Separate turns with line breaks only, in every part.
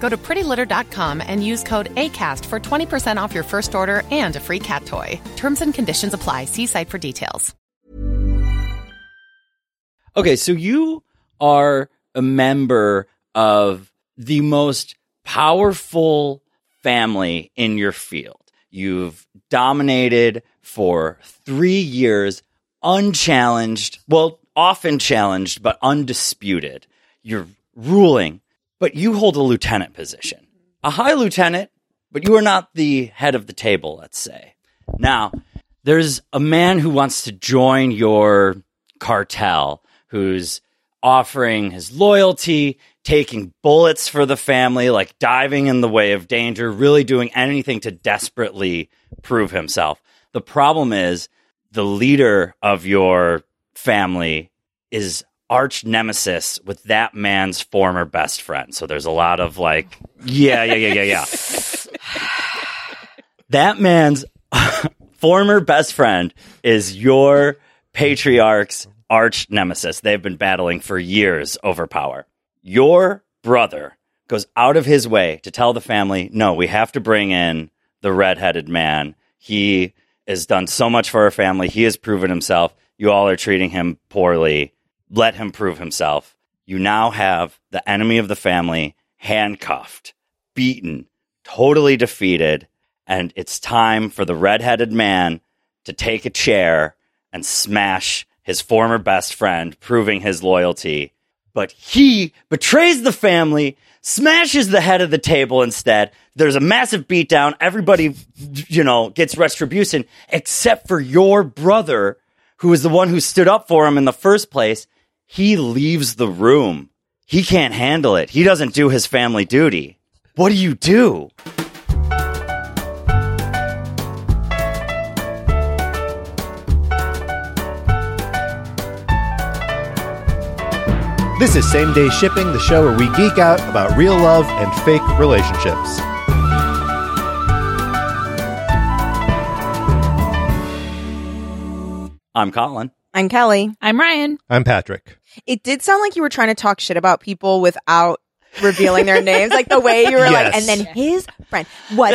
Go to prettylitter.com and use code ACAST for 20% off your first order and a free cat toy. Terms and conditions apply. See site for details.
Okay, so you are a member of the most powerful family in your field. You've dominated for three years, unchallenged, well, often challenged, but undisputed. You're ruling, but you hold a lieutenant position, a high lieutenant, but you are not the head of the table, let's say. Now, there's a man who wants to join your cartel who's offering his loyalty, taking bullets for the family, like diving in the way of danger, really doing anything to desperately prove himself. The problem is the leader of your family is arch nemesis with that man's former best friend. So there's a lot of like, yeah, yeah, yeah, yeah, yeah. that man's former best friend is your patriarch's arch nemesis. They've been battling for years over power. Your brother goes out of his way to tell the family, no, we have to bring in the redheaded man. He has done so much for our family. He has proven himself. You all are treating him poorly. Let him prove himself. You now have the enemy of the family handcuffed, beaten, totally defeated. And it's time for the redheaded man to take a chair and smash his former best friend, proving his loyalty. But he betrays the family, smashes the head of the table instead. There's a massive beatdown. Everybody, you know, gets retribution except for your brother, who is the one who stood up for him in the first place. He leaves the room. He can't handle it. He doesn't do his family duty. What do you do?
This is Same Day Shipping, the show where we geek out about real love and fake relationships.
I'm Colin.
I'm Kelly.
I'm Ryan.
I'm Patrick.
It did sound like you were trying to talk shit about people without revealing their names, like the way you were like,
Yes.
and then his friend was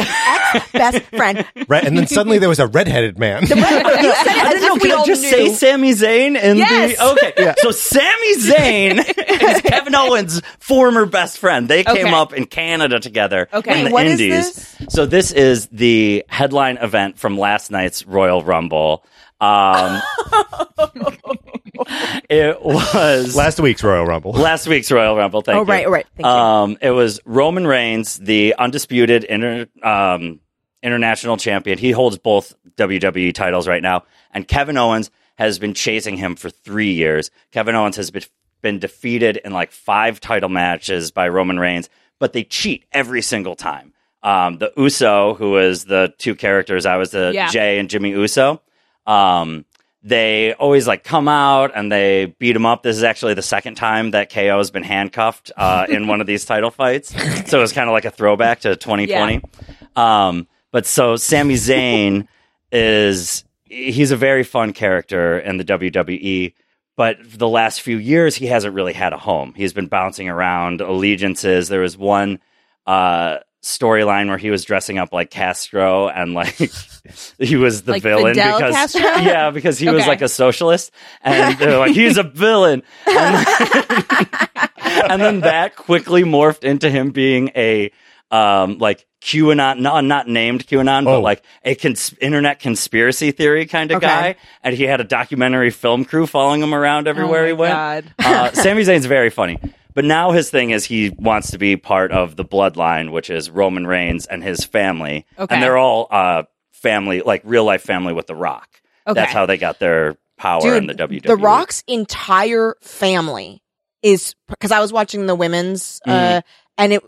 ex best friend.
Right, and then suddenly there was a redheaded man.
You said it as if we
Can I
all
just
knew.
say Sami Zayn in
Yes.
the okay. So Sami Zayn is Kevin Owens' former best friend. They came
Okay.
up in Canada together
Okay.
in the
Wait, what is
Indies. So this is the headline event from last night's Royal Rumble. Um, it was
Last week's Royal Rumble.
last week's Royal Rumble. Thank
Oh,
you.
right, oh, right. Thank you.
um, It was Roman Reigns, the undisputed inter, um, international champion. He holds both WWE titles right now. And Kevin Owens has been chasing him for three years. Kevin Owens has been, been defeated in like five title matches by Roman Reigns, but they cheat every single time. Um, the Uso, who is the two characters, I was the
Yeah.
Jay and Jimmy Uso. Um, they always like come out and they beat him up. This is actually the second time that KO has been handcuffed uh, in one of these title fights. So it's kind of like a throwback to 2020. Um, but so Sami Zayn is he's a very fun character in the E WWE. But for the last few years, he hasn't really had a home. He's been bouncing around allegiances. There was one uh, storyline where he was dressing up like Castro and like he was the
Like
villain
Fidel
because
Castro?
yeah, because he was
Okay.
like a socialist, and they're like he's a villain, and, and then that quickly morphed into him being a um like QAnon, not not named QAnon,
Oh.
but like a cons- internet conspiracy theory kind of
Okay.
guy, and he had a documentary film crew following him around everywhere
Oh my
he went.
God.
Uh, Sami Zayn's very funny. But now his thing is he wants to be part of the bloodline, which is Roman Reigns and his family.
Okay.
And they're all uh, family, like real life family with The Rock.
Okay.
That's how they got their power in the E. WWE.
The Rock's entire family is because I was watching the women's
Mm.
uh, and it.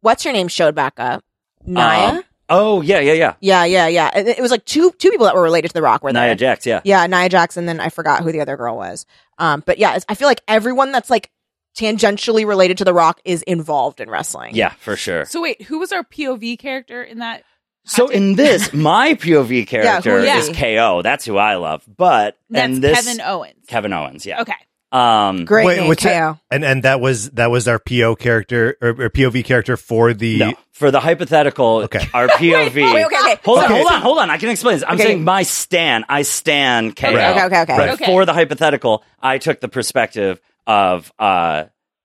What's her name showed back up? Naya.
Um, oh, yeah, yeah, yeah.
yeah, yeah, yeah. And It, it was like two two people that were related to The Rock were there.
Nia Jax, yeah.
Yeah, Nia Jax, and then I forgot who the other girl was. Um, but yeah, it's- I feel like everyone that's like tangentially related to The Rock is involved in wrestling.
Yeah, for sure.
So wait, who was our POV character in that?
So in this, my POV character
Yeah,
is
who-
KO. That's who I love. But
That's
and this
Kevin Owens.
Kevin Owens, yeah.
Okay.
Um,
great name,
what's that?
KO.
And and that was that was our PO character or, or POV character for the
No, for the hypothetical,
Okay.
our POV.
wait, okay, okay.
Hold on,
Okay.
hold on, hold on. I can explain this. I'm
Okay.
saying my stan, I stan KO.
Right.
Okay, okay, okay.
Right.
Okay.
For the hypothetical, I took the perspective of uh,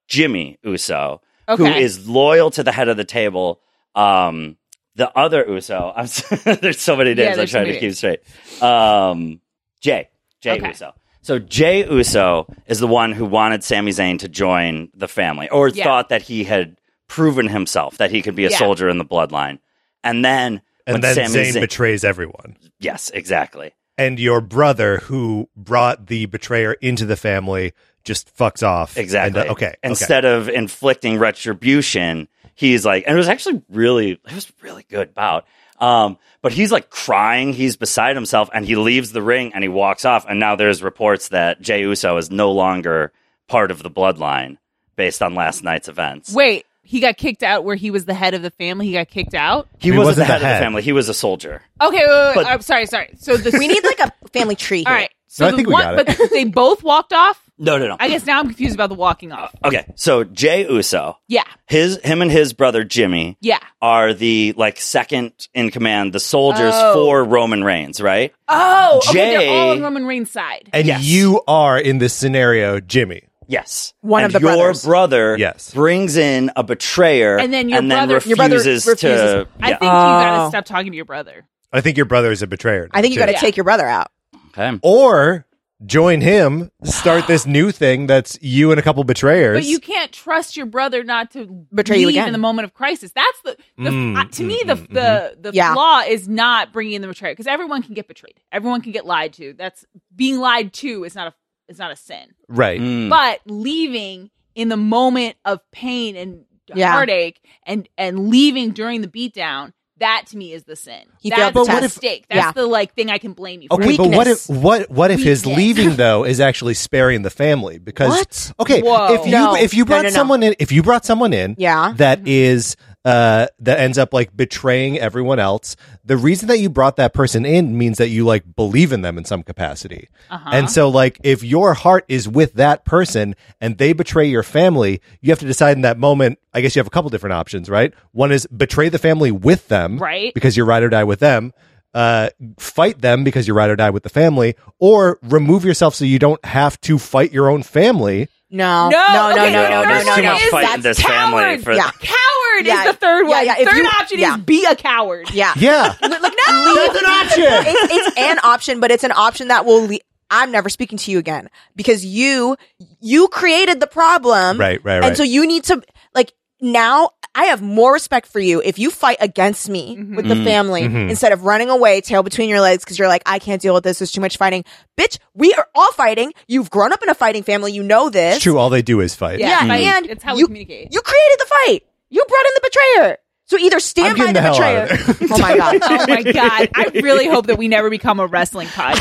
Jimmy Uso, who
Okay.
is loyal to the head of the table. Um, the other Uso, I'm s there's so many
Yeah,
names I'm
there's so
trying to
many
keep straight. Um, Jay, Jay
Okay.
Uso. So Jay Uso is the one who wanted Sami Zayn to join the family, or
Yeah.
thought that he had proven himself that he could be a
Yeah.
soldier in the bloodline, and then
and
when
then
Sami
Zayn
Zayn-
betrays everyone.
yes, exactly.
And your brother who brought the betrayer into the family just fucks off.
Exactly.
And, uh, okay.
Instead of inflicting retribution, he's like, and it was actually really, it was really good bout. Um, but he's like crying. He's beside himself, and he leaves the ring and he walks off. And now there's reports that Jey Uso is no longer part of the bloodline based on last night's events.
Wait, he got kicked out where he was the head of the family. He got kicked out.
he,
He
wasn't,
wasn't
the head,
the
of
head.
the family. He was a soldier.
Okay, wait, wait, wait.
But-
I'm sorry, sorry. So the
We need like a family tree.
All
here.
right. So
I
the
think we
one,
got it.
but they both walked off.
No, no, no.
I guess now I'm confused about the walking off.
okay, so Jey Uso,
Yeah,
his him and his brother Jimmy,
yeah.
are the like second in command, the soldiers
Oh.
for Roman Reigns, right?
Oh, okay. They're all on
Jay-
Roman Reigns' side.
and
Yes.
you are in this scenario, Jimmy.
Yes.
One
And
of the
your
brothers.
brother
Yes.
brings in a betrayer
And then your brother-
refuses,
your brother
to
refuses.
yeah.
I think you gotta
Oh.
stop talking to your brother.
I think your brother is a betrayer. now,
I think you
too.
got to take your brother out. Mm.
okay.
or join him, start this new thing that's you and a couple betrayers.
But you can't trust your brother not to
Betray you
leave
again.
in the moment of crisis. That's the, the
Mm,
uh, to
mm,
me the
mm,
the the
mm-hmm. Yeah.
flaw is not bringing in the betrayer because everyone can get betrayed. Everyone can get lied to. That's being lied to is not a is not a sin.
right.
Mm.
But leaving in the moment of pain and
Yeah.
heartache and and leaving during the beatdown. That to me is the sin.
He
That's
failed
the
the test.
mistake. That's
Yeah.
the like thing I can blame you for.
Okay, but what if
Weakness.
what what if his
Weakness.
leaving though is actually sparing the family because
What?
okay
Whoa.
if you
No.
if you
No,
brought
no, no.
someone in if you brought someone in
Yeah.
that is uh that ends up like betraying everyone else the reason that you brought that person in means that you like believe in them in some capacity and so like if your heart is with that person and they betray your family you have to decide in that moment I guess you have a couple different options right one is betray the family with them
Right.
because you ride or die with them, uh, fight them because you ride or die with the family, or remove yourself so you don't have to fight your own family.
No.
No,
No. No.
okay,
No. No.
no,
No.
there's
No.
too
no.
much fight in
That's-
this family
coward.
for
Yeah.
Coward
Yeah,
is the third
yeah,
one.
yeah, if
third
you-
option
yeah.
is be a coward.
Yeah.
Yeah,
Like no.
that's an option.
it's, it's an option, but it's an option that will. Le- I'm never speaking to you again because you you created the problem,
Right, right,
And
right.
so you need to like now I have more respect for you if you fight against me with the family
Mhm.
instead of running away, tail between your legs, because you're like, I can't deal with this. There's too much fighting. Bitch, we are all fighting. You've grown up in a fighting family. You know this.
It's true. All they do is fight.
Yeah,
Yeah,
fight.
and
It's how we
you-
communicate.
You created the fight. You brought in the betrayer. So either
I'm
stand by
getting
the
the hell out
betrayer.
of
oh my God.
oh my god! I really hope that we never become a wrestling podcast.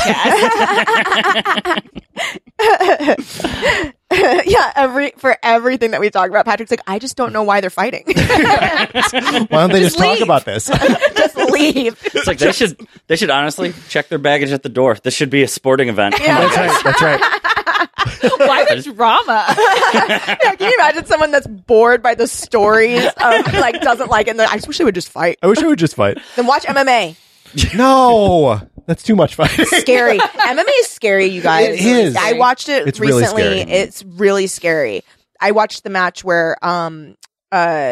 yeah, every for everything that we talk about, Patrick's like, I just don't know why they're fighting.
Why don't they just,
Just
talk
leave.
about this?
just leave.
It's like they should they should honestly check their baggage at the door. This should be a sporting event.
That's right. That's right.
Why the drama?
Yeah, can you imagine someone that's bored by the stories of like doesn't like it? And they're, I just wish they would just fight.
I wish I would just fight.
Then watch MMA.
No, that's too much fighting.
Scary. MMA is scary, you guys.
It is.
I watched it
It's really
recently.
scary.
It's really scary. I watched the match where um uh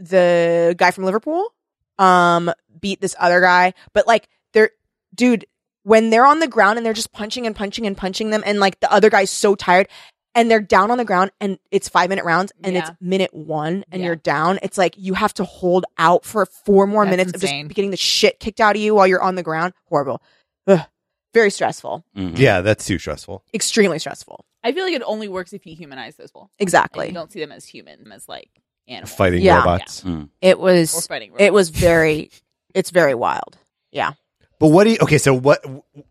the guy from Liverpool um beat this other guy, but like they're dude when they're on the ground and they're just punching and punching and punching them, and like the other guy's so tired. And they're down on the ground, and it's five minute rounds, and it's
Yeah.
minute one, and
Yeah.
you're down. It's like you have to hold out for four more
That's
minutes
insane.
of just getting the shit kicked out of you while you're on the ground. Horrible, Ugh. very stressful
Mhm.
Yeah, that's too stressful.
extremely stressful.
I feel like it only works if you humanize those people. Like,
Exactly.
you don't see them as human, as like animals
Fighting
Yeah.
robots.
It
or
was
fighting.
it was very it's very wild. Yeah.
But what do you? Okay, so what?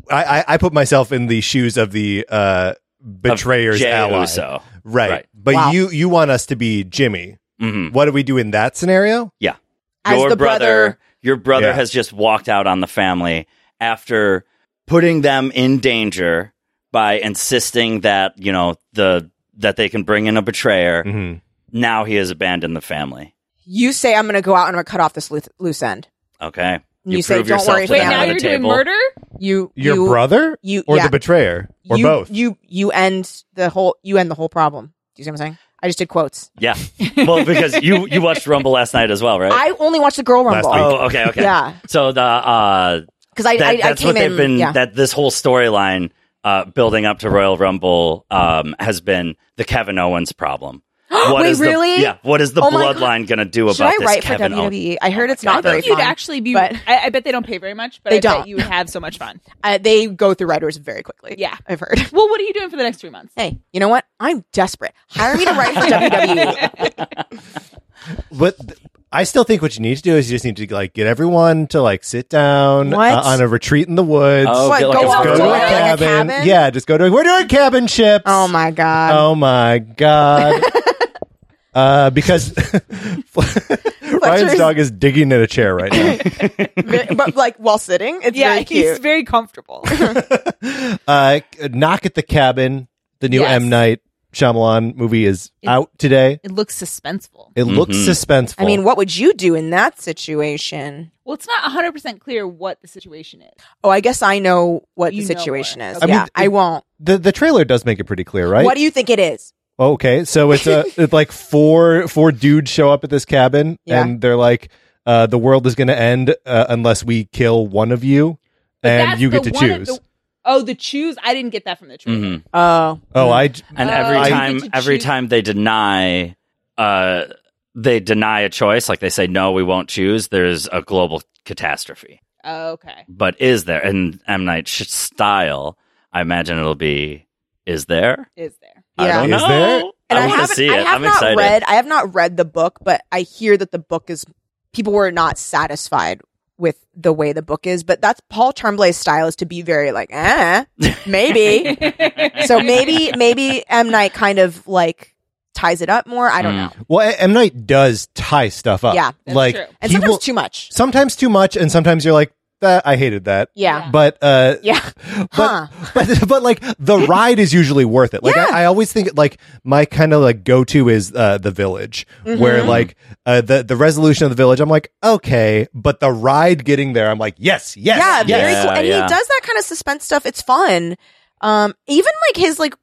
I I, I put myself in the shoes of the uh, betrayer's
Jey
ally,
Uso.
right?
Right.
But
Wow.
you you want us to be Jimmy?
Mhm.
What do we do in that scenario?
As
your brother,
the brother-
your brother
Yeah.
has just walked out on the family after putting them in danger by insisting that you know the that they can bring in a betrayer.
Mm-hmm.
Now he has abandoned the family.
You say I'm going to go out and I'm going to cut off this loose, loose end.
Okay,
You say, "Don't worry,
to
Wait,
them
now
at a
you're doing
table.
murder?
You
Your
you,
brother
you
or
yeah,
the betrayer or
you,
both?
You you end the whole you end the whole problem. Do you see what I'm saying? I just did quotes.
Yeah, well, because you you watched Rumble last night as well, right?
I only watched the girl
Last
rumble.
week.
oh, okay, okay.
Yeah.
So the uh,
Cuz I,
that,
I, I
that's
came
what they've
in
been
yeah.
that this whole storyline uh, building up to Royal Rumble um, has been the Kevin Owens problem. What
Wait,
is the-
really?
yeah. What is the
Oh my God.
bloodline going to do about
Should I
this?
write for E?
Kevin Owens.
WWE? I heard it's
God,
not
that-
very
You'd
fun.
actually be.
but-
I, I bet they don't pay very much, but
They
I
don't.
bet you would have so much fun.
uh, they go through writers very quickly.
Yeah.
I've heard.
Well, what are you doing for the next three months?
Hey, you know what? I'm desperate. Hire me to write for E. WWE.
But th- I still think what you need to do is you just need to like get everyone to like sit down uh,
What?
on a retreat in the woods.
Oh,
What,
get like
go
a
off
Go
photo
to
Oh,
a
like a
cabin.
cabin?
Yeah, just go to. We're doing cabin ships.
Oh my god.
Oh my god. uh, because Ryan's
Fletcher's-
dog is digging in a chair right now. Oh.
Ve- but like while sitting, it's
yeah,
very
he's
cute.
very comfortable.
uh, Knock at the Cabin, the new
Yes.
M Night Shyamalan movie is out today.
it looks suspenseful.
It looks
Mhm.
suspenseful.
I mean, what would you do in that situation?
Well, it's not 100% clear what the situation is.
Oh, I guess I know what
You
the
know
situation is.
what. I
mean,
yeah, I
it-
won't.
the the trailer does make it pretty clear, right?
What do you think it is?
okay, so it's a it's like four four dudes show up at this cabin
Yeah.
and they're like, uh, "The world is going to end uh, unless we kill one of you,
But
and
that's
you get
the
to
one of
choose."
the- oh, the choose? I didn't get that from the trailer.
Mhm.
Oh,
oh, I j-
And
Oh,
every
you
time,
get to
every
choose-
time they deny, uh, they deny a choice. Like they say, no, we won't choose. There's a global catastrophe.
Oh, okay.
But is there in M Night Sh- style? I imagine it'll be. Is there?
Is there?
I
Yeah.
don't
Is
know.
there?
and I,
I want to
haven't.
see it.
I have
I'm
not
excited.
read. I have not read the book, but I hear that the book is. People were not satisfied with the way the book is, but that's Paul Tremblay's style is to be very like, eh, maybe. so maybe, maybe M Night kind of like ties it up more. I don't
Mm.
know.
well, M Night does tie stuff up.
Yeah,
that's
like
true.
And
he
sometimes
will-
too much.
sometimes too much, and sometimes you're like, "That I hated that."
Yeah.
But uh,
Yeah. Huh.
but, but but like the ride is usually worth it. Like
Yeah.
I, I always think like my kind of like go to is uh, the village,
Mm-hmm.
where like uh, the the resolution of the village, I'm like okay, but the ride getting there, I'm like yes, yes,
yeah,
yes.
very
Yeah,
cool. And
yeah.
he does that kind of suspense stuff. It's fun. Um, even like his like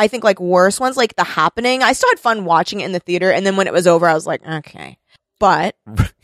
I think like worse ones, like the happening. I still had fun watching it in the theater, and then when it was over, I was like, okay. But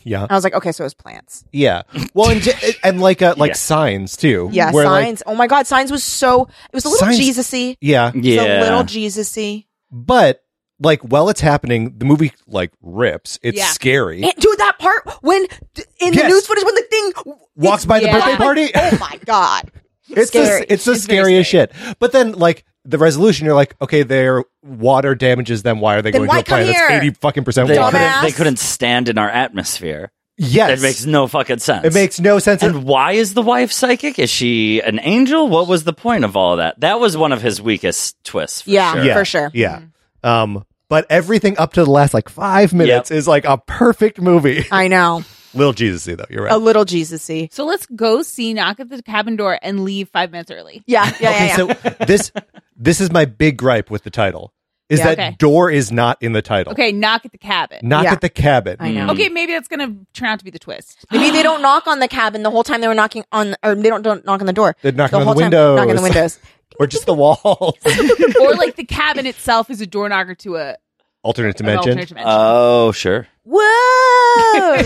yeah,
I was like, okay, so it was plants.
yeah. Well, and, j- and like uh, like
Yeah.
signs too.
Yeah,
where, like-
signs. oh my god, signs was so. It was a little
Signs-
Jesus-y.
yeah,
It was a
Yeah.
little Jesus-y.
but like while it's happening, the movie like rips. It's
Yeah.
scary.
And, dude, that part when d- in the
Yes.
news footage when the thing
Walks by the
yeah.
birthday party.
Oh my god,
it's
scary.
The, it's the scariest shit. But then like the resolution, you're like, okay, their water damages them. Why are they
Then
going to
why
a planet
come
that's
here?
eighty fucking percent
They
water?
Dumbass.
couldn't, they couldn't stand in our atmosphere.
Yes,
That makes no fucking sense.
it makes no sense.
And why is the wife psychic? Is she an angel? What was the point of all of that? That was one of his weakest twists. for
Yeah.
sure.
yeah,
for sure.
Yeah.
Mm-hmm.
Um, but everything up to the last like five minutes is like a perfect movie.
I know.
Little Jesus-y though. You're right.
A little Jesusy.
So let's go see knock at the cabin door and leave five minutes early.
Yeah, yeah, yeah.
okay,
yeah.
so this this is my big gripe with the title is
Yeah.
that
Okay.
door is not in the title.
Okay, knock at the cabin.
Knock
Yeah.
at the cabin.
I know.
Okay, maybe that's gonna turn out to be the twist.
Maybe they don't knock on the cabin the whole time they were knocking on, or they don't, don't knock on the door.
They're knocking on the
whole time,
windows.
Knocking on the windows.
Or just the walls.
or like the cabin itself is a door knocker to a
Alternate
an
dimension. Uh,
alternate dimension.
Oh, sure.
Whoa!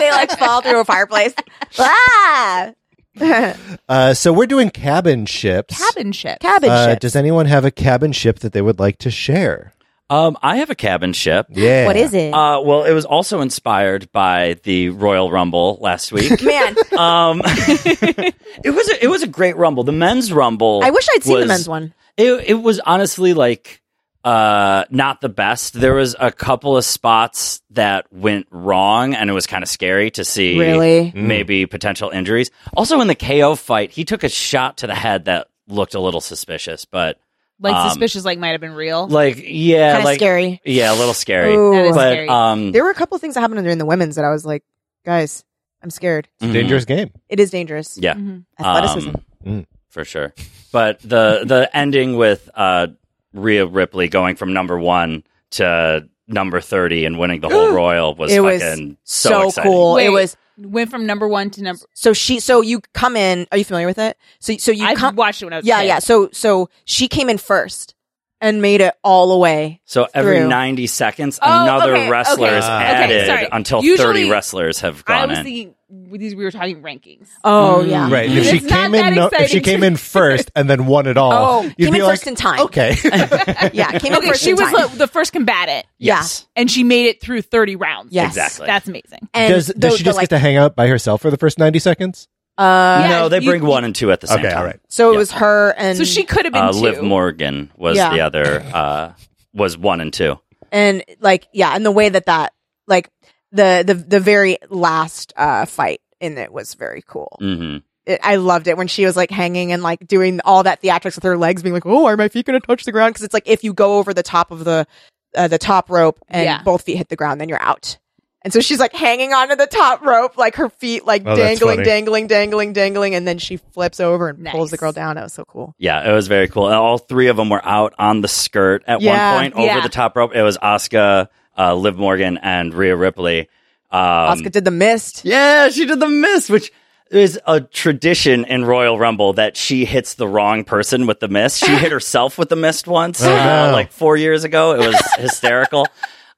they like fall through a fireplace. Ah!
Uh, so we're doing cabin ships.
cabin ship.
Cabin
Uh,
shit.
Does anyone have a cabin ship that they would like to share?
Um, I have a cabin ship.
Yeah.
What is it?
Uh, well, it was also inspired by the Royal Rumble last week.
Man,
um, it was a, it was a great rumble. The men's rumble.
I wish I'd seen the
was-
men's one.
It, it was honestly like uh not the best. There was a couple of spots that went wrong, and it was kind of scary to see.
Really?
maybe potential injuries. Also, in the KO fight, he took a shot to the head that looked a little suspicious, but
like
um,
suspicious like might have been real.
like yeah,
Kind of
like
scary.
yeah, a little scary.
Ooh.
That is
But
scary.
Mm.
um,
There were a couple of things that happened during the women's that I was like, guys, I'm scared.
mhm.
Dangerous game.
It is dangerous.
Yeah.
Mhm.
Athleticism.
Um,
Mm.
for sure. But the the ending with uh, Rhea Ripley going from number one to number thirty and winning the whole Royal was
it was
fucking
so,
exciting.
cool.
Wait.
It was
Went from number one to number.
so she. So you come in. Are you familiar with it? So so you
I
come.
watched it when I was a
Yeah,
kid.
yeah. So so she came in first and made it all the way.
So every
Through.
ninety seconds,
Oh,
another
okay,
wrestler
okay.
is
Ah.
added
Okay, sorry.
until
Usually,
thirty wrestlers have
I
gone
was
in.
thinking these we were talking rankings.
Oh yeah.
Mm, Right. If she
Mm-hmm. It's not
came
that
in no, if she
exciting
came
to-
in first and then won it all,
Oh,
you'd
came
be
in
like,
first in time.
Okay.
Yeah, came in
Okay,
first
she
in
was
time.
the, the first combatant,
yes.
and she made it through thirty rounds.
Yes.
Exactly.
that's amazing.
and
does
the-
does she
the,
just
like,
get to hang out by herself for the first ninety seconds?
Uh,
Yeah,
no, they
you-
bring one and two at the same
Okay,
time.
all right.
So it
Yeah.
was her and
So she could have been
Uh,
two.
Liv Morgan was
Yeah.
the other. Uh, was one and two.
and like yeah, and the way that that like the the the very last uh fight in it was very cool.
Mm.
Mm-hmm.
It, I loved it when she was like hanging and like doing all that theatrics with her legs, being like, "Oh, are my feet going to touch the ground?" Because it's like if you go over the top of the uh, the top rope and
Yeah.
both feet hit the ground, then you're out. And so she's like hanging onto the top rope, like her feet like
Oh, that's
dangling,
funny.
dangling, dangling, dangling, and then she flips over and pulls the
Nice.
girl down. It was so cool.
Yeah, it was very cool. And all three of them were out on the skirt at
Yeah,
one point over
yeah.
the top rope. It was Asuka, uh, Liv Morgan, and Rhea Ripley. Um,
Oscar did the mist.
Yeah, she did the miss, which is a tradition in Royal Rumble that she hits the wrong person with the miss. She hit herself with the mist once,
Oh,
uh,
no.
like four years ago. It was hysterical.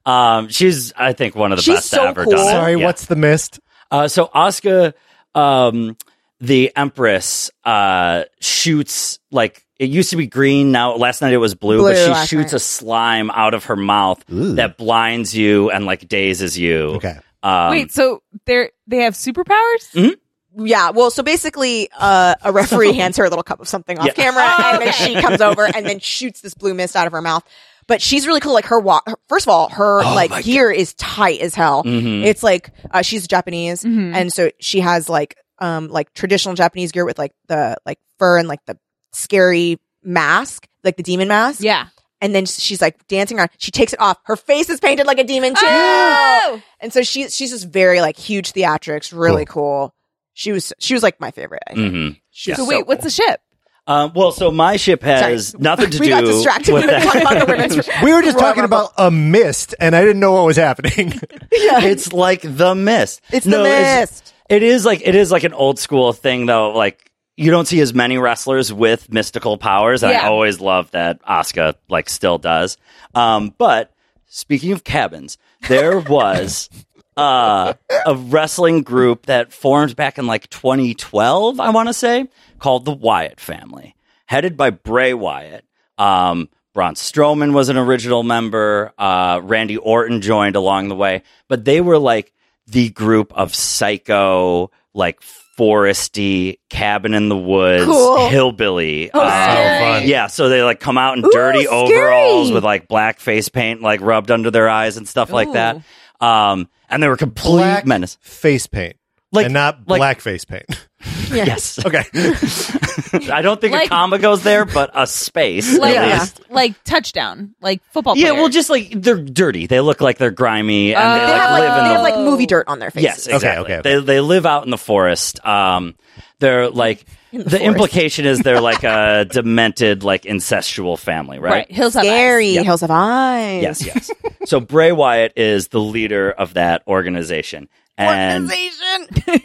Um, she's, I think, one of the
She's
best
so
to ever
cool.
done it.
Sorry,
Yeah.
what's the mist?
Uh, so Asuka, um, the Empress, uh, shoots like it used to be green. Now last night it was blue,
Blue
but she
last
shoots
night.
a slime out of her mouth
Ooh.
that blinds you and like dazes you.
Okay.
Um, Mm.
Wait, so they they have superpowers?
Yeah. Well, so basically, uh, a referee hands her a little cup of something off
Yeah.
camera,
Oh,
and then she comes over and then shoots this blue mist out of her mouth. But she's really cool. Like her walk. Her, first of all, her like gear is tight as hell.
mhm.
It's like uh, she's Japanese,
Mhm.
and so she has like um like traditional Japanese gear with like the like fur and like the scary mask, like the demon mask.
yeah.
And then she's like dancing around. She takes it off. Her face is painted like a demon too.
Oh!
And so she she's just very like huge theatrics, really cool. She was she was like my favorite. I think.
Mhm.
She was
So wait, what's the ship?
Um, well, so my ship has
Sorry.
nothing to
we
do
got distracted
with
when we were talking about the
that.
women's.
We were just
Royal
talking
Rumble.
about a mist, and I didn't know what was happening.
it's like the mist.
It's
No,
the mist.
It is like it is like an old school thing though. Like you don't see as many wrestlers with mystical powers. And I
Yeah.
always love that Asuka like still does. Um, but speaking of cabins, there was uh, a wrestling group that formed back in like 2012, I want to say, called the Wyatt Family, headed by Bray Wyatt. Um, Braun Strowman was an original member. Uh, Randy Orton joined along the way, but they were like the group of psycho, like foresty, cabin in the woods,
Cool.
hillbilly.
Oh,
uh,
scary.
fun.
yeah, so they like come out in
Ooh,
dirty
scary.
overalls with like black face paint like rubbed under their eyes and stuff like that. Um, and they were complete
Black
menace.
face paint.
Like-
and not
like-
black face paint.
Yes.
Okay.
I don't think a
Like-
comma goes there, but a space.
Like,
at
Yeah.
least.
like touchdown, like football.
Yeah,
player.
well, just like they're dirty. They look like they're grimy, and
Oh.
they
They
like
have
live in
like
the
they have like movie dirt on their faces.
Yes, exactly.
okay, okay.
They they live out in the forest. Um, they're like the,
forest.
implication is they're like a demented, like incestual family, right?
right. Hills have
Scary.
Yeah.
Hills of Eyes.
Yes, yes. so Bray Wyatt is the leader of that organization, and
Organization.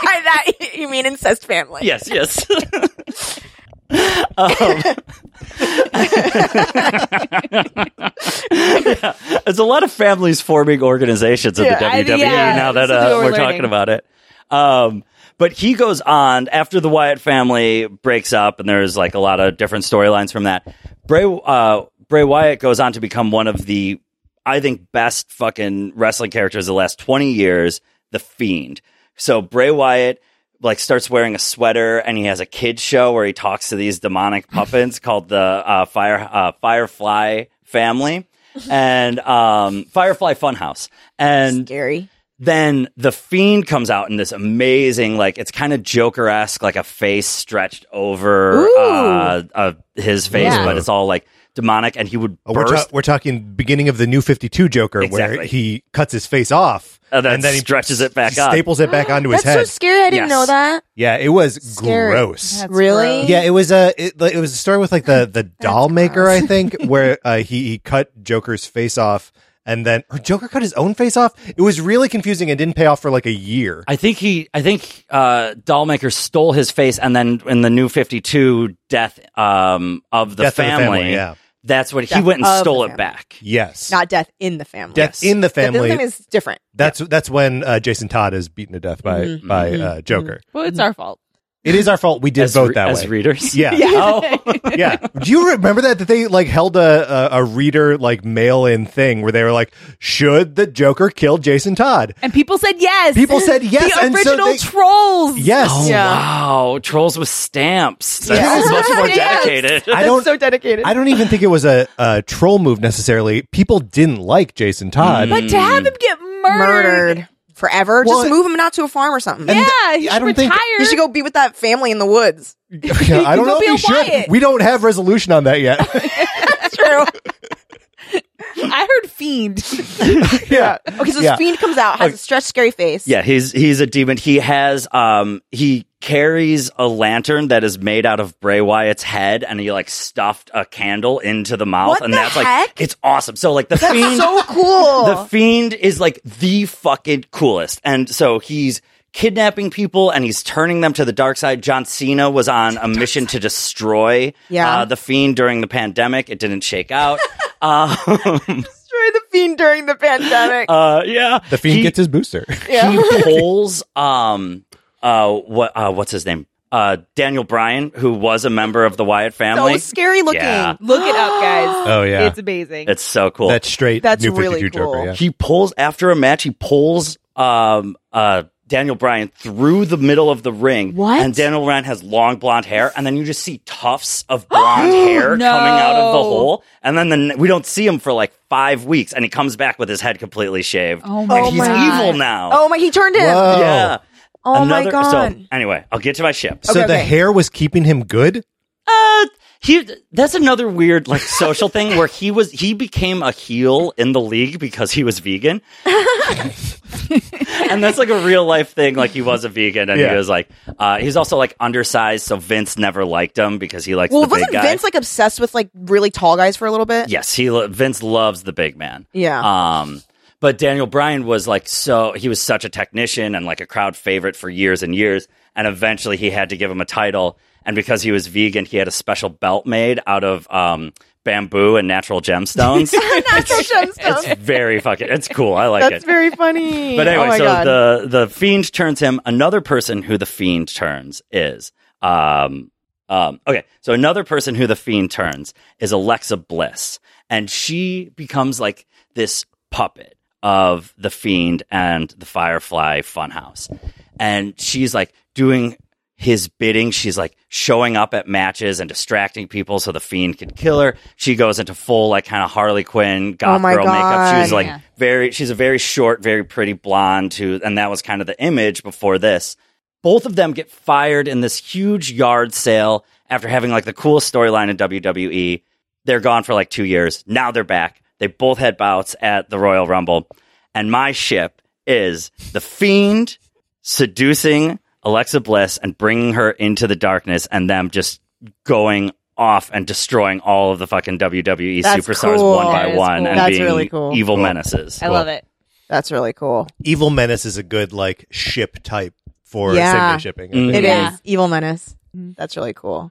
By that you mean incest family.
yes, yes. um, Yeah, there's a lot of families forming organizations in
Yeah,
I-
the WWE
yeah,
now that
this is
uh,
what we're
we're
learning.
talking about it. Um, but he goes on after the Wyatt family breaks up, and there's like a lot of different storylines from that. Bray uh, Bray Wyatt goes on to become one of the, I think, best fucking wrestling characters of the last twenty years, the Fiend. So Bray Wyatt like starts wearing a sweater, and he has a kids show where he talks to these demonic puppets called the uh, Fire uh, Firefly family and um, Firefly Funhouse, and
Scary.
then the fiend comes out in this amazing, like it's kind of Joker esque, like a face stretched over
Ooh.
uh, uh, his face,
Yeah.
but it's all like demonic, and he would
Oh, we're,
burst.
ta- we're talking beginning of the new 52 Joker where
Exactly.
he cuts his face off
Oh, then stretches it back
he
up.
Staples it back onto his
That's
head.
so scary. I didn't
Yes.
know that.
yeah, it was
Scary.
gross.
That's
Really?
gross.
Yeah, it was a it, like, it was a story with like the the doll maker, I think, where uh, he he cut Joker's face off, and then or Joker cut his own face off. It was really confusing and didn't pay off for like a year.
I think he, I think uh, Dollmaker stole his face, and then in the new Fifty Two death um, of the
Death of the
family,
Family, yeah.
that's what he
Death
went and
of the
stole it
family.
back.
yes,
Not death in the family.
death in the
Death
family.
is different.
that's that's when uh, Jason Todd is beaten to death by
Mm-hmm.
by uh, Joker.
Well, it's our fault.
It is our fault. We did
As
vote
re-
that
as
way.
readers.
yeah.
Oh,
yeah. Do you remember that that they like held a a, a reader like mail in thing where they were like, should the Joker kill Jason Todd?
And people said yes.
People said yes,
the
and so
original
they-
Oh,
trolls.
Yes.
Oh, wow! Trolls with stamps. That's
Yeah.
much more
Yes.
dedicated.
I don't.
so dedicated.
I don't even think it was a, a troll move necessarily. People didn't like Jason Todd.
But to
Mm.
have him get murdered.
Murdered forever.
Well,
Just move him out to a farm or something.
And
Yeah, he
I
should
don't think-
retire.
You should go be with that family in the woods.
I don't
Go
know
be
if
a
he should.
Wyatt.
We don't have resolution on that yet.
True.
I heard fiend.
yeah.
Okay, so
Yeah.
this fiend comes out, has a stretched, scary face.
Yeah, he's he's a demon. He has um he carries a lantern that is made out of Bray Wyatt's head, and he like stuffed a candle into the mouth,
What
and
the
that's
heck?
like it's awesome. So like the
That's
fiend,
so cool.
the fiend is like the fucking coolest, and so he's kidnapping people and he's turning them to the dark side. John Cena was on a mission to destroy
Yeah.
uh, the fiend during the pandemic. It didn't shake out. um,
Destroy the fiend during the pandemic.
uh, yeah,
The fiend
He-
gets his booster.
he pulls um uh what uh what's his name uh Daniel Bryan who was a member of the Wyatt
so
family.
scary looking.
Yeah.
Look it up, guys.
Oh, yeah.
It's amazing.
it's so cool.
That's straight.
That's
new 52
really cool.
Joker. Yeah.
he pulls after a match. He pulls um uh. Daniel Bryan through the middle of the ring.
What?
And Daniel Bryan has long blonde hair, and then you just see tufts of blonde hair
No.
coming out of the hole. And then the, ne- we don't see him for like five weeks, and he comes back with his head completely shaved.
Oh my
and he's
God.
evil now.
Oh my, he turned him.
Whoa.
yeah.
Oh my
Another-
God.
So anyway, I'll get to my ship.
So
Okay,
the
okay.
hair was keeping him good.
Uh, he that's another weird like social thing where he was he became a heel in the league because he was vegan. and that's like a real life thing like he was a vegan and
Yeah.
he was like uh he was also like undersized so Vince never liked him because he likes
well,
the big
wasn't
guy.
Vince like obsessed with like really tall guys for a little bit?
yes, he lo- Vince loves the big man.
Yeah.
Um, but Daniel Bryan was like so he was such a technician and like a crowd favorite for years and years, and eventually he had to give him a title. And because he was vegan, he had a special belt made out of um, bamboo and natural gemstones.
Natural gemstones.
it's very fucking. It's cool. I like
That's
it.
very funny.
But anyway,
oh my
so
God.
the the fiend turns him. Another person who the fiend turns is um Um, okay, so another person who the fiend turns is Alexa Bliss, and she becomes like this puppet of the fiend and the Firefly Funhouse, and she's like doing his bidding. She's like showing up at matches and distracting people so the fiend could kill her. She goes into full like kind of Harley Quinn goth
Oh my
girl makeup. She was
God.
like
Yeah.
very she's a very short, very pretty blonde who and that was kind of the image before this. Both of them get fired in this huge yard sale after having like the coolest storyline in WWE. They're gone for like 2 years. Now they're back. They both had bouts at the Royal Rumble. And my ship is The Fiend seducing Alexa Bliss and bringing her into the darkness and them just going off and destroying all of the fucking WWE
That's
superstars
cool.
one by
That is
one
cool.
and
That's
being
really cool.
evil menaces.
I love it.
That's really cool.
Evil Menace is a good like ship type for
Yeah. Mm-hmm.
Sigma shipping.
Mhm.
It is
Yeah.
Evil Menace. That's really cool.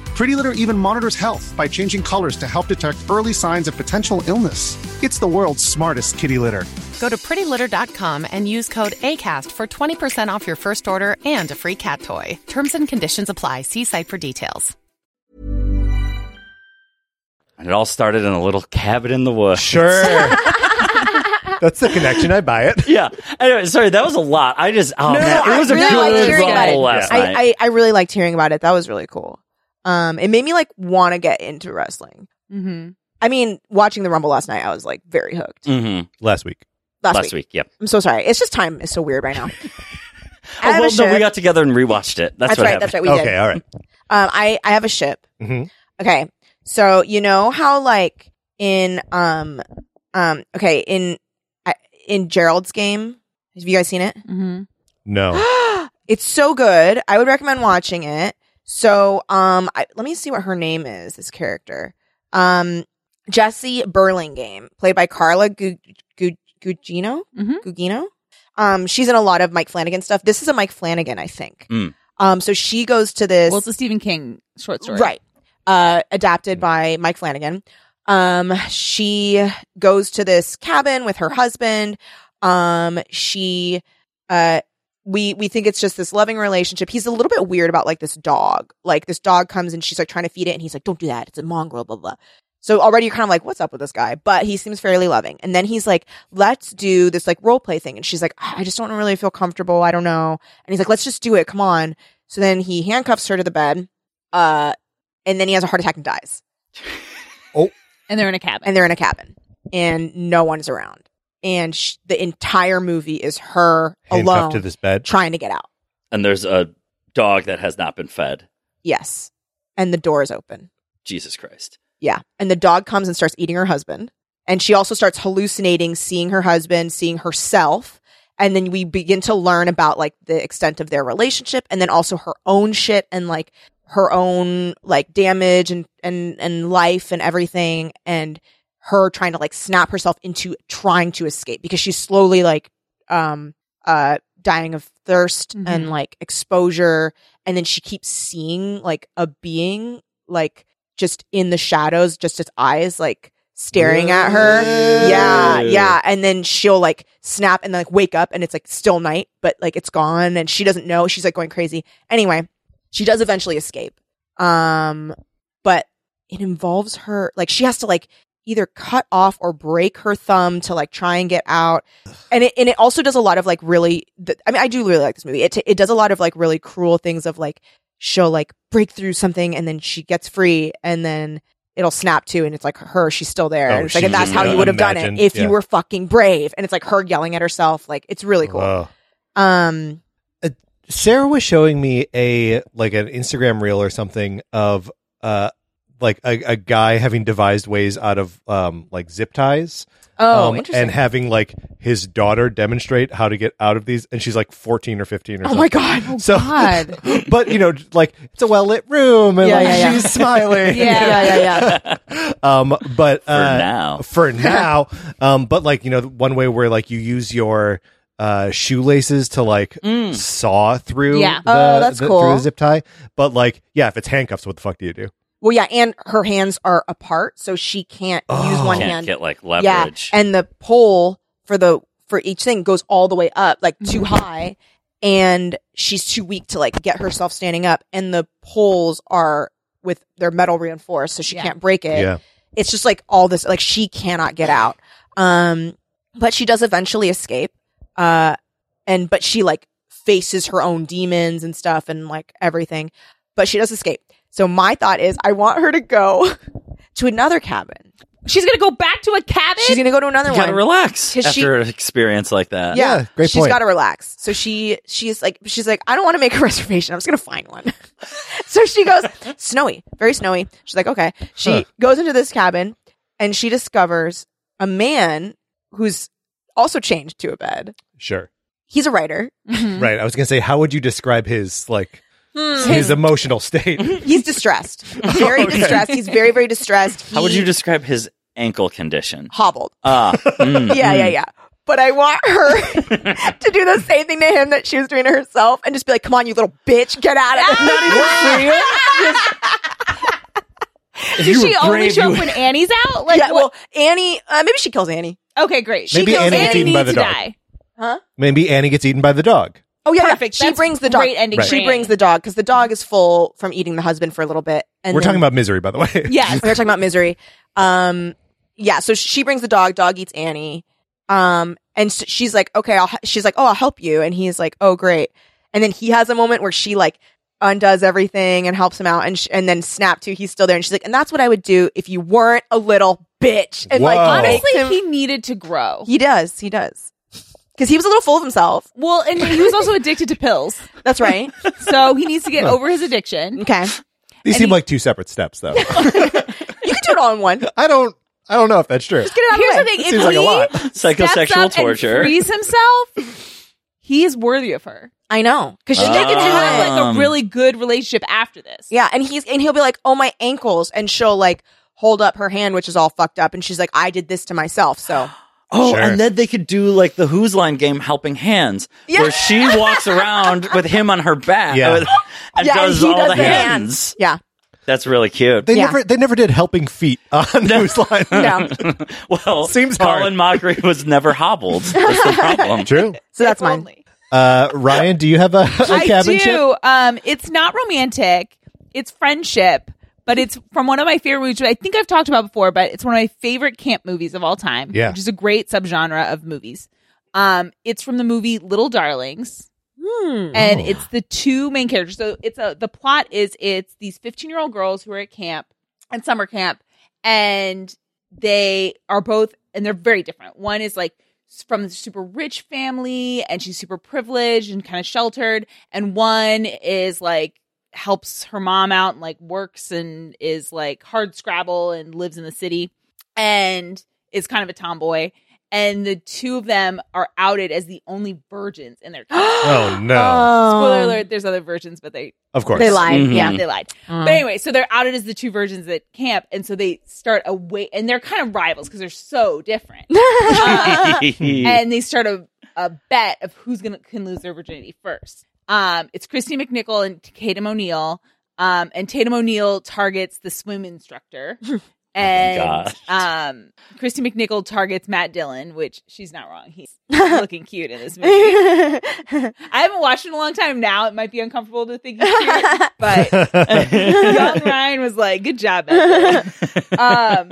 Pretty Litter even monitors health by changing colors to help detect early signs of potential illness. It's the world's smartest kitty litter.
Go to prettylitter.com and use code ACAST for 20% off your first order and a free cat toy. Terms and conditions apply. See site for details.
And it all started in a little cabin in the woods.
Sure. That's the connection. I buy it.
yeah. Anyway, sorry, that was a lot. I just oh man, it
I
was a
really liked
good
hearing about it.
rumble last night.
I, I, I really liked hearing about it. That was really cool. Um, it made me like want to get into wrestling.
Mm-hmm.
I mean, watching the Rumble last night, I was like very hooked.
Mhm.
Last week.
Last,
Last
week.
week, yep.
I'm so sorry. It's just time is so weird right now. I
Oh,
have a
well, no, we
ship.
got together and rewatched it. That's,
That's,
what
right.
happened.
That's right. We
okay.
did.
All right.
Um, I I have a ship.
Mhm.
Okay, so you know how like in um um okay in I- in Gerald's game. Have you guys seen it?
Mm-hmm.
No.
it's so good. I would recommend watching it. So, um, I, let me see what her name is. This character, um, Jesse Burlingame, played by Carla Gu- Gu- Gugino.
Mhm.
Gugino. Um, she's in a lot of Mike Flanagan stuff. This is a Mike Flanagan, I think.
Mm.
Um, so she goes to this.
Well, it's a Stephen King short story, Hmm.
Right. Uh, adapted by Mike Flanagan. Um, she goes to this cabin with her husband. Um, she, uh, we, we think it's just this loving relationship. He's a little bit weird about like this dog. Like this dog comes and she's like trying to feed it and he's like, don't do that. It's a mongrel, blah, blah. So already you're kind of like, what's up with this guy? But he seems fairly loving. And then he's like, let's do this like role play thing. And she's like, "Ah, I just don't really feel comfortable. I don't know. And he's like, let's just do it. Come on. So then he handcuffs her to the bed. Uh, and then he has a heart attack and dies.
And they're in a cabin.
And they're in a cabin, and no one's around. And sh- the entire movie is her alone
Handcuffed to this bed.
trying to get out.
And there's a dog that has not been fed.
Yes, and the door is open.
Jesus Christ.
Yeah, and the dog comes and starts eating her husband, and she also starts hallucinating, seeing her husband, seeing herself. And then we begin to learn about like the extent of their relationship, and then also her own shit and like her own like damage and and and life and everything, and her trying to like snap herself into trying to escape because she's slowly like um uh dying of thirst
Mhm.
and like exposure and then she keeps seeing like a being like just in the shadows just its eyes like staring at her. Yeah, yeah. And then she'll like snap and like wake up and it's like still night, but like it's gone and she doesn't know. She's like going crazy. Anyway, she does eventually escape. Um but it involves her like she has to like either cut off or break her thumb to like try and get out. And it and it also does a lot of like really th- I mean I do really like this movie. It t- it does a lot of like really cruel things of like she'll like break through something and then she gets free and then it'll snap to and it's like her she's still there
Oh,
and it's like
she's
and that's how you
un-
would have done it
unimagined,
if
yeah.
you were fucking brave and it's like her yelling at herself like it's really cool
Wow.
um
Sarah was showing me a like an Instagram reel or something of uh like a, a guy having devised ways out of um like zip ties
oh
um,
interesting
and having like his daughter demonstrate how to get out of these and she's like 14 or 15 or
oh
something.
my god
So
God.
but you know like it's a well-lit room and
Yeah,
like
yeah, yeah.
she's smiling.
Yeah.
yeah yeah yeah
um but
For
uh,
now.
for now um but like you know one way where like you use your uh shoelaces to like saw through
Yeah.
the,
Oh, that's
the-
cool.
through the zip tie but like yeah if it's handcuffs what the fuck do you do
well yeah and her hands are apart so she can't use
Oh.
one
Can't
hand
get like leverage.
Yeah, and the pole for the for each thing goes all the way up, like too high, and she's too weak to like get herself standing up. And the poles are with their metal reinforced, so she
Yeah.
can't break it.
yeah
It's just like all this, like she cannot get out. Um, but she does eventually escape. Uh, and but she like faces her own demons and stuff and like everything, but she does escape. So my thought is, I want her to go to another cabin.
She's gonna go back to a cabin.
She's gonna go to another
you
one.
gotta relax
'Cause
after
she-
an experience like that.
yeah,
Yeah, great
She's
point.
got to relax. So she she's like she's like I don't want to make a reservation. I'm just gonna find one. so she goes snowy, very snowy. She's like okay. She
Huh.
goes into this cabin and she discovers a man who's also chained to a bed.
sure
He's a writer.
Mhm.
right i was gonna say how would you describe his like his
His-
emotional state
He's distressed, very
Okay.
distressed. He's very very distressed.
Oh, How would
He
you describe his ankle condition?
hobbled?
Ah, mm,
Yeah,
mm.
yeah, yeah. But I want her to do the same thing to him that she was doing to herself, and just be like, "Come on, you little bitch, get out of it."
If
Did
you
she
were
only
brave,
show
you
up when Annie's out? Like,
yeah, well,
what-
Annie. Uh, maybe she kills Annie.
okay, great. She
Maybe
kills
Annie
Annie,
gets eaten by
needs
the
to
dog.
die.
maybe annie gets eaten by the dog
Oh yeah, yeah.
Perfect.
She
That's
brings the dog.
great ending
Right.
for
She brings the dog because the dog is full from eating the husband for a little bit. And
we're
then-
talking about misery by the way
Yes.
we we're talking about misery. Um, yeah. So she brings the dog. Dog eats Annie. Um, and s she's like, okay. I'll, he- she's like, oh, I'll help you. And he's like, oh, great. And then he has a moment where she like undoes everything and helps him out. And sh- and then snap to he's still there. And she's like, and that's what I would do if you weren't a little bitch. And Oh. like,
Whoa.
makes
Honestly,
him-
he needed to grow.
he does. He does. Because he was a little full of himself.
Well, and he was also addicted to pills,
That's right.
so he needs to get over his addiction.
Okay.
these
And
seem
he-
like two separate steps though
You can do it all in one. Get
i don't i don't know if that's true
it out of
Here's
the
the
way.
thing: if
seems
he
like a lot.
steps
Psychosexual
up
torture.
and frees himself, he is worthy of her.
I know. Because
They
she's
Ah.
can have like
Um,
a really good relationship after this.
Yeah, and he's and he'll be like, "Oh, my ankles," and she'll like hold up her hand, which is all fucked up, and she's like, "I did this to myself." So
Oh,
Sure.
and then they could do like the Who's Line game, Helping Hands,
Yeah.
where she walks around with him on her back
Yeah.
with- and
yeah,
does
and he
all
does
the hands.
Yeah,
That's really cute.
They
Yeah.
never they never did helping feet on News Line.
no.
well,
Seems hard.
Colin Mockery was never hobbled. That's the problem.
True.
So that's
If
mine.
only.
Uh, Ryan, do you have a, a
I
cabin
do.
ship?
Um, it's not romantic. It's friendship, but it's from one of my favorite movies. Which I think I've talked about before, but it's one of my favorite camp movies of all time.
Yeah.
which is a great subgenre of movies. Um, it's from the movie Little Darlings.
Hmm.
and it's the two main characters. So it's a the plot is it's these 15 year old girls who are at camp at summer camp, and they are both and they're very different. One is like s- from the super rich family and she's super privileged and kind of sheltered, and one is like helps her mom out and like works and is like hard scrabble and lives in the city and is kind of a tomboy. And the two of them are outed as the only virgins in their camp.
Oh no!
Um,
Spoiler alert, there's other virgins, but they
of course,
They lied.
Mhm.
Yeah,
they lied. But anyway, so they're outed as the two virgins at camp, and so they start a way and they're kind of rivals because they're so different.
Mm-hmm.
Uh, and they start a, a bet of who's gonna can lose their virginity first. Um, it's Christy McNichol and Tatum O'Neill. Um, and Tatum O'Neill targets the swim instructor and
God.
um, Christy McNichol targets Matt Dillon, which she's not wrong. He's looking cute in this movie. I haven't watched it in a long time now. It might be uncomfortable to think he's cute, but young Ryan was like, "Good job, Matt Dillon."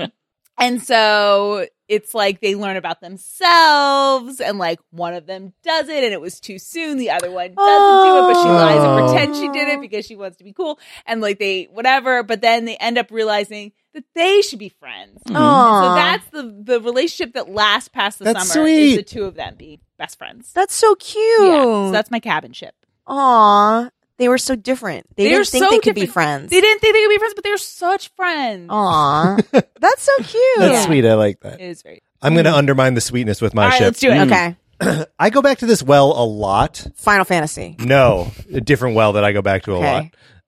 Um, and so it's like they learn about themselves, and like one of them does it, and it was too soon. The other one doesn't do it, but she lies and pretends she did
Oh.
it because she wants to be cool, and like they whatever. But then they end up realizing that they should be friends.
Mm.
So
Aw.
that's the the relationship that lasts past the
That's
summer is
sweet.
the two of them being best friends.
That's so cute.
Yeah, so that's my cabin ship.
Aw, they were so different. They,
They were
didn't think
so
they could be
different.
friends. Oh.
They didn't think they could be friends, but they were such friends.
Aw, that's so cute.
That's sweet. I like
It
that.
is very.
I'm going to undermine the sweetness with my
Mm-hmm. All right,
ship. Mm.
let's do it.
Okay,
I go back to this well a lot.
Final Fantasy.
No, a different well that I go back to a
Okay.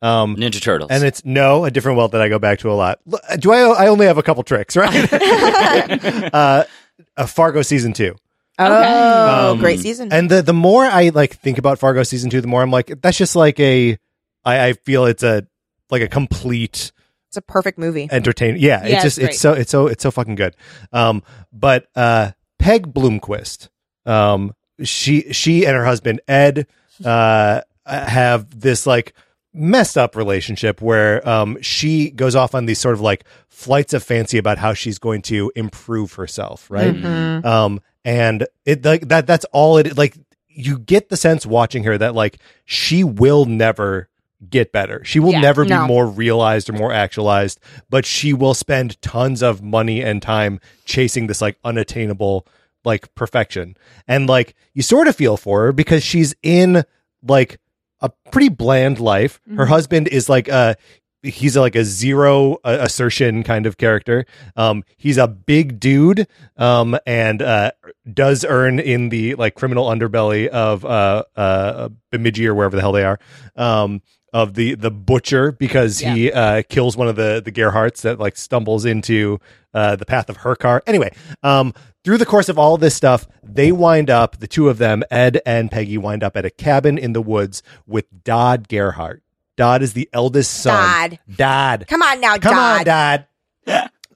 lot. Um,
Ninja Turtles.
and it's no, a different well that I go back to a lot. Look, Do I? I only have a couple tricks, right? uh, uh, Fargo season two.
Oh,
Um,
great season.
And the the more I like think about Fargo season two, the more I'm like, that's just like a. I, I feel it's a like a complete
it's a perfect movie.
entertain. Yeah,
Yeah,
it's just
it's
it's so it's so it's so fucking good. Um, but uh, Peg Bloomquist, um, she she and her husband Ed uh have this like messed up relationship where um she goes off on these sort of like flights of fancy about how she's going to improve herself, right?
Mm-hmm.
Mhm.
Um, and it like that that's all it like. You get the sense watching her that like she will never get better. She will
Yeah.
never be
No.
more realized or more actualized, but she will spend tons of money and time chasing this like unattainable like perfection. And like you sort of feel for her because she's in like a pretty bland life. Her husband is like a he's like a zero uh, assertion kind of character. Um he's a big dude um and uh does earn in the like criminal underbelly of uh uh Bemidji or wherever the hell they are. Um of the the butcher because he uh kills one of the the Gerharts that like stumbles into uh the path of her car. Anyway, um through the course of all this stuff, they wind up the two of them, Ed and Peggy wind up at a cabin in the woods with Dodd Gerhart. Dodd is the eldest son.
Dodd.
Dodd.
Come on now,
Come
Dodd.
on, Dodd.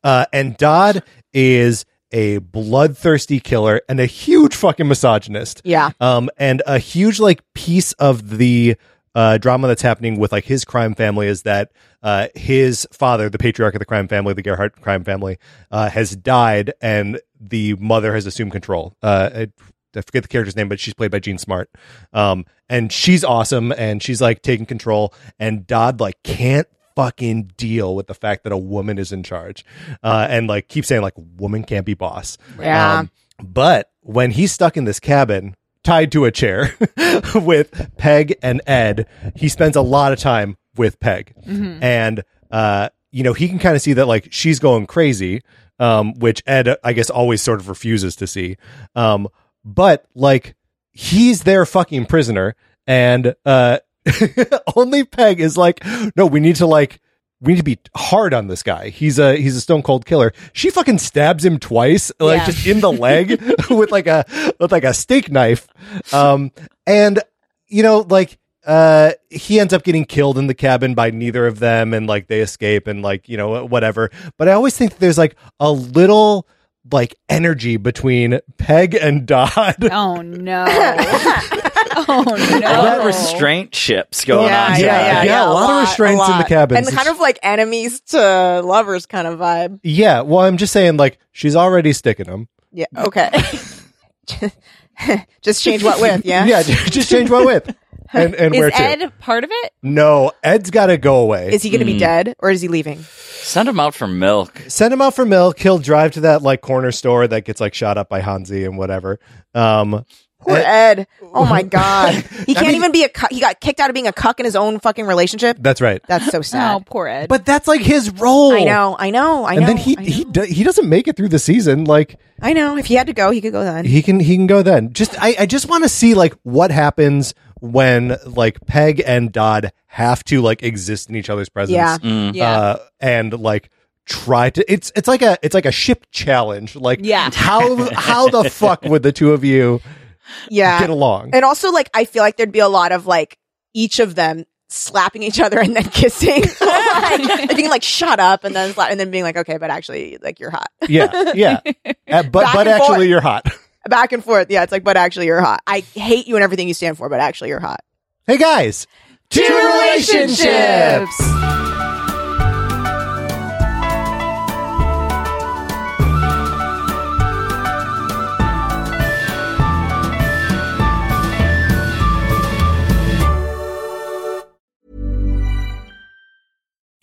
uh, and Dodd is a bloodthirsty killer and a huge fucking misogynist.
Yeah.
Um, and a huge like piece of the uh, drama that's happening with like his crime family is that uh, his father, the patriarch of the crime family, the Gerhardt crime family, uh, has died, and the mother has assumed control. Uh, I, I forget the character's name, but she's played by Jean Smart. Um, and she's awesome, and she's like taking control, and Dodd like can't fucking deal with the fact that a woman is in charge, uh, and like keeps saying like woman can't be boss.
Yeah.
Um, but when he's stuck in this cabin, tied to a chair with Peg and Ed, he spends a lot of time with Peg. And, uh, you know, he can kind of see that, like, she's going crazy, um, which Ed, I guess, always sort of refuses to see. Um, but, like, he's their fucking prisoner. And uh, only Peg is like, no, we need to, like, we need to be hard on this guy. He's a he's a stone cold killer. She fucking stabs him twice, like
Yeah.
just in the leg with like a with like a steak knife. Um and you know, like uh he ends up getting killed in the cabin by neither of them and like they escape and like, you know, whatever. But I always think that there's like a little like energy between Peg and Dodd.
Oh no. oh
a
no.
lot of restraint ships going
yeah,
on.
yeah,
here.
yeah,
yeah, a lot of restraints in
a
the
lot.
cabins.
and kind of like enemies to lovers kind of vibe.
Yeah, well I'm just saying like she's already sticking him.
Yeah, okay. Just change what with, yeah.
Yeah, just change what with. And and where
Is
to.
Ed part of it?
No, Ed's got to go away.
Is he going to
Hmm.
be dead or is he leaving?
Send them out for milk.
Send him out for milk. He'll drive to that like corner store that gets like shot up by Hanzi and whatever. Um,
Poor Ed. Oh my god, he can't
mean-
even be a. Cu- he got kicked out of being a cuck in his own fucking relationship.
that's right.
That's so
Oh,
sad.
poor Ed.
But that's like his role.
I know, I know, I know.
And then he
I know.
he do- he doesn't make it through the season. Like
I know. If he had to go, he could go then.
he can he can go then. Just I I just want to see like what happens when like Peg and Dodd have to like exist in each other's presence.
Yeah.
Mm.
yeah.
uh, and like try to it's it's like a it's like a ship challenge like
Yeah.
how how the fuck would the two of you
yeah.
get along
And also, like, I feel like there'd be a lot of like each of them slapping each other and then kissing. like being like shut up and then and then being like okay but actually like you're hot
yeah, yeah. Uh, but
Back
but
and
actually,
forth.
you're hot.
back and forth yeah it's like but actually you're hot i hate you and everything you stand for but actually you're hot
Hey guys, two
relationships.